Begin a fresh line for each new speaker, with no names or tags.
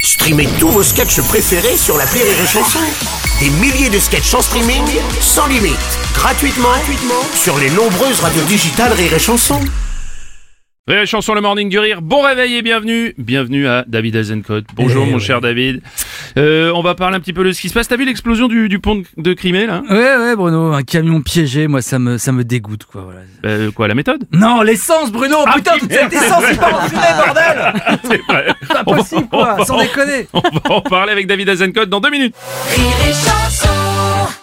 Streamez tous vos sketchs préférés sur la Rire et Chanson. Des milliers de sketchs en streaming, sans limite, gratuitement, gratuitement sur les nombreuses radios digitales Rire et Chanson.
Rire et chanson le morning du rire, bon réveil et bienvenue Bienvenue à David Azencott. Bonjour
Eh
mon
ouais.
cher David. Euh, on va parler un petit peu de ce qui se passe. T'as vu l'explosion du, du pont de- de Crimée là
Ouais, ouais, Bruno, un camion piégé, moi, ça me, ça me dégoûte, quoi. Voilà.
Euh, Quoi, la méthode
Non, l'essence, Bruno
Ah,
Putain,
oui,
toute cette
merde,
essence, il part en fumée, bordel
C'est vrai.
Pas
On va-
possible,
on va-
quoi, sans déconner
On va en parler avec David Azencott dans deux minutes.
Rire et chanson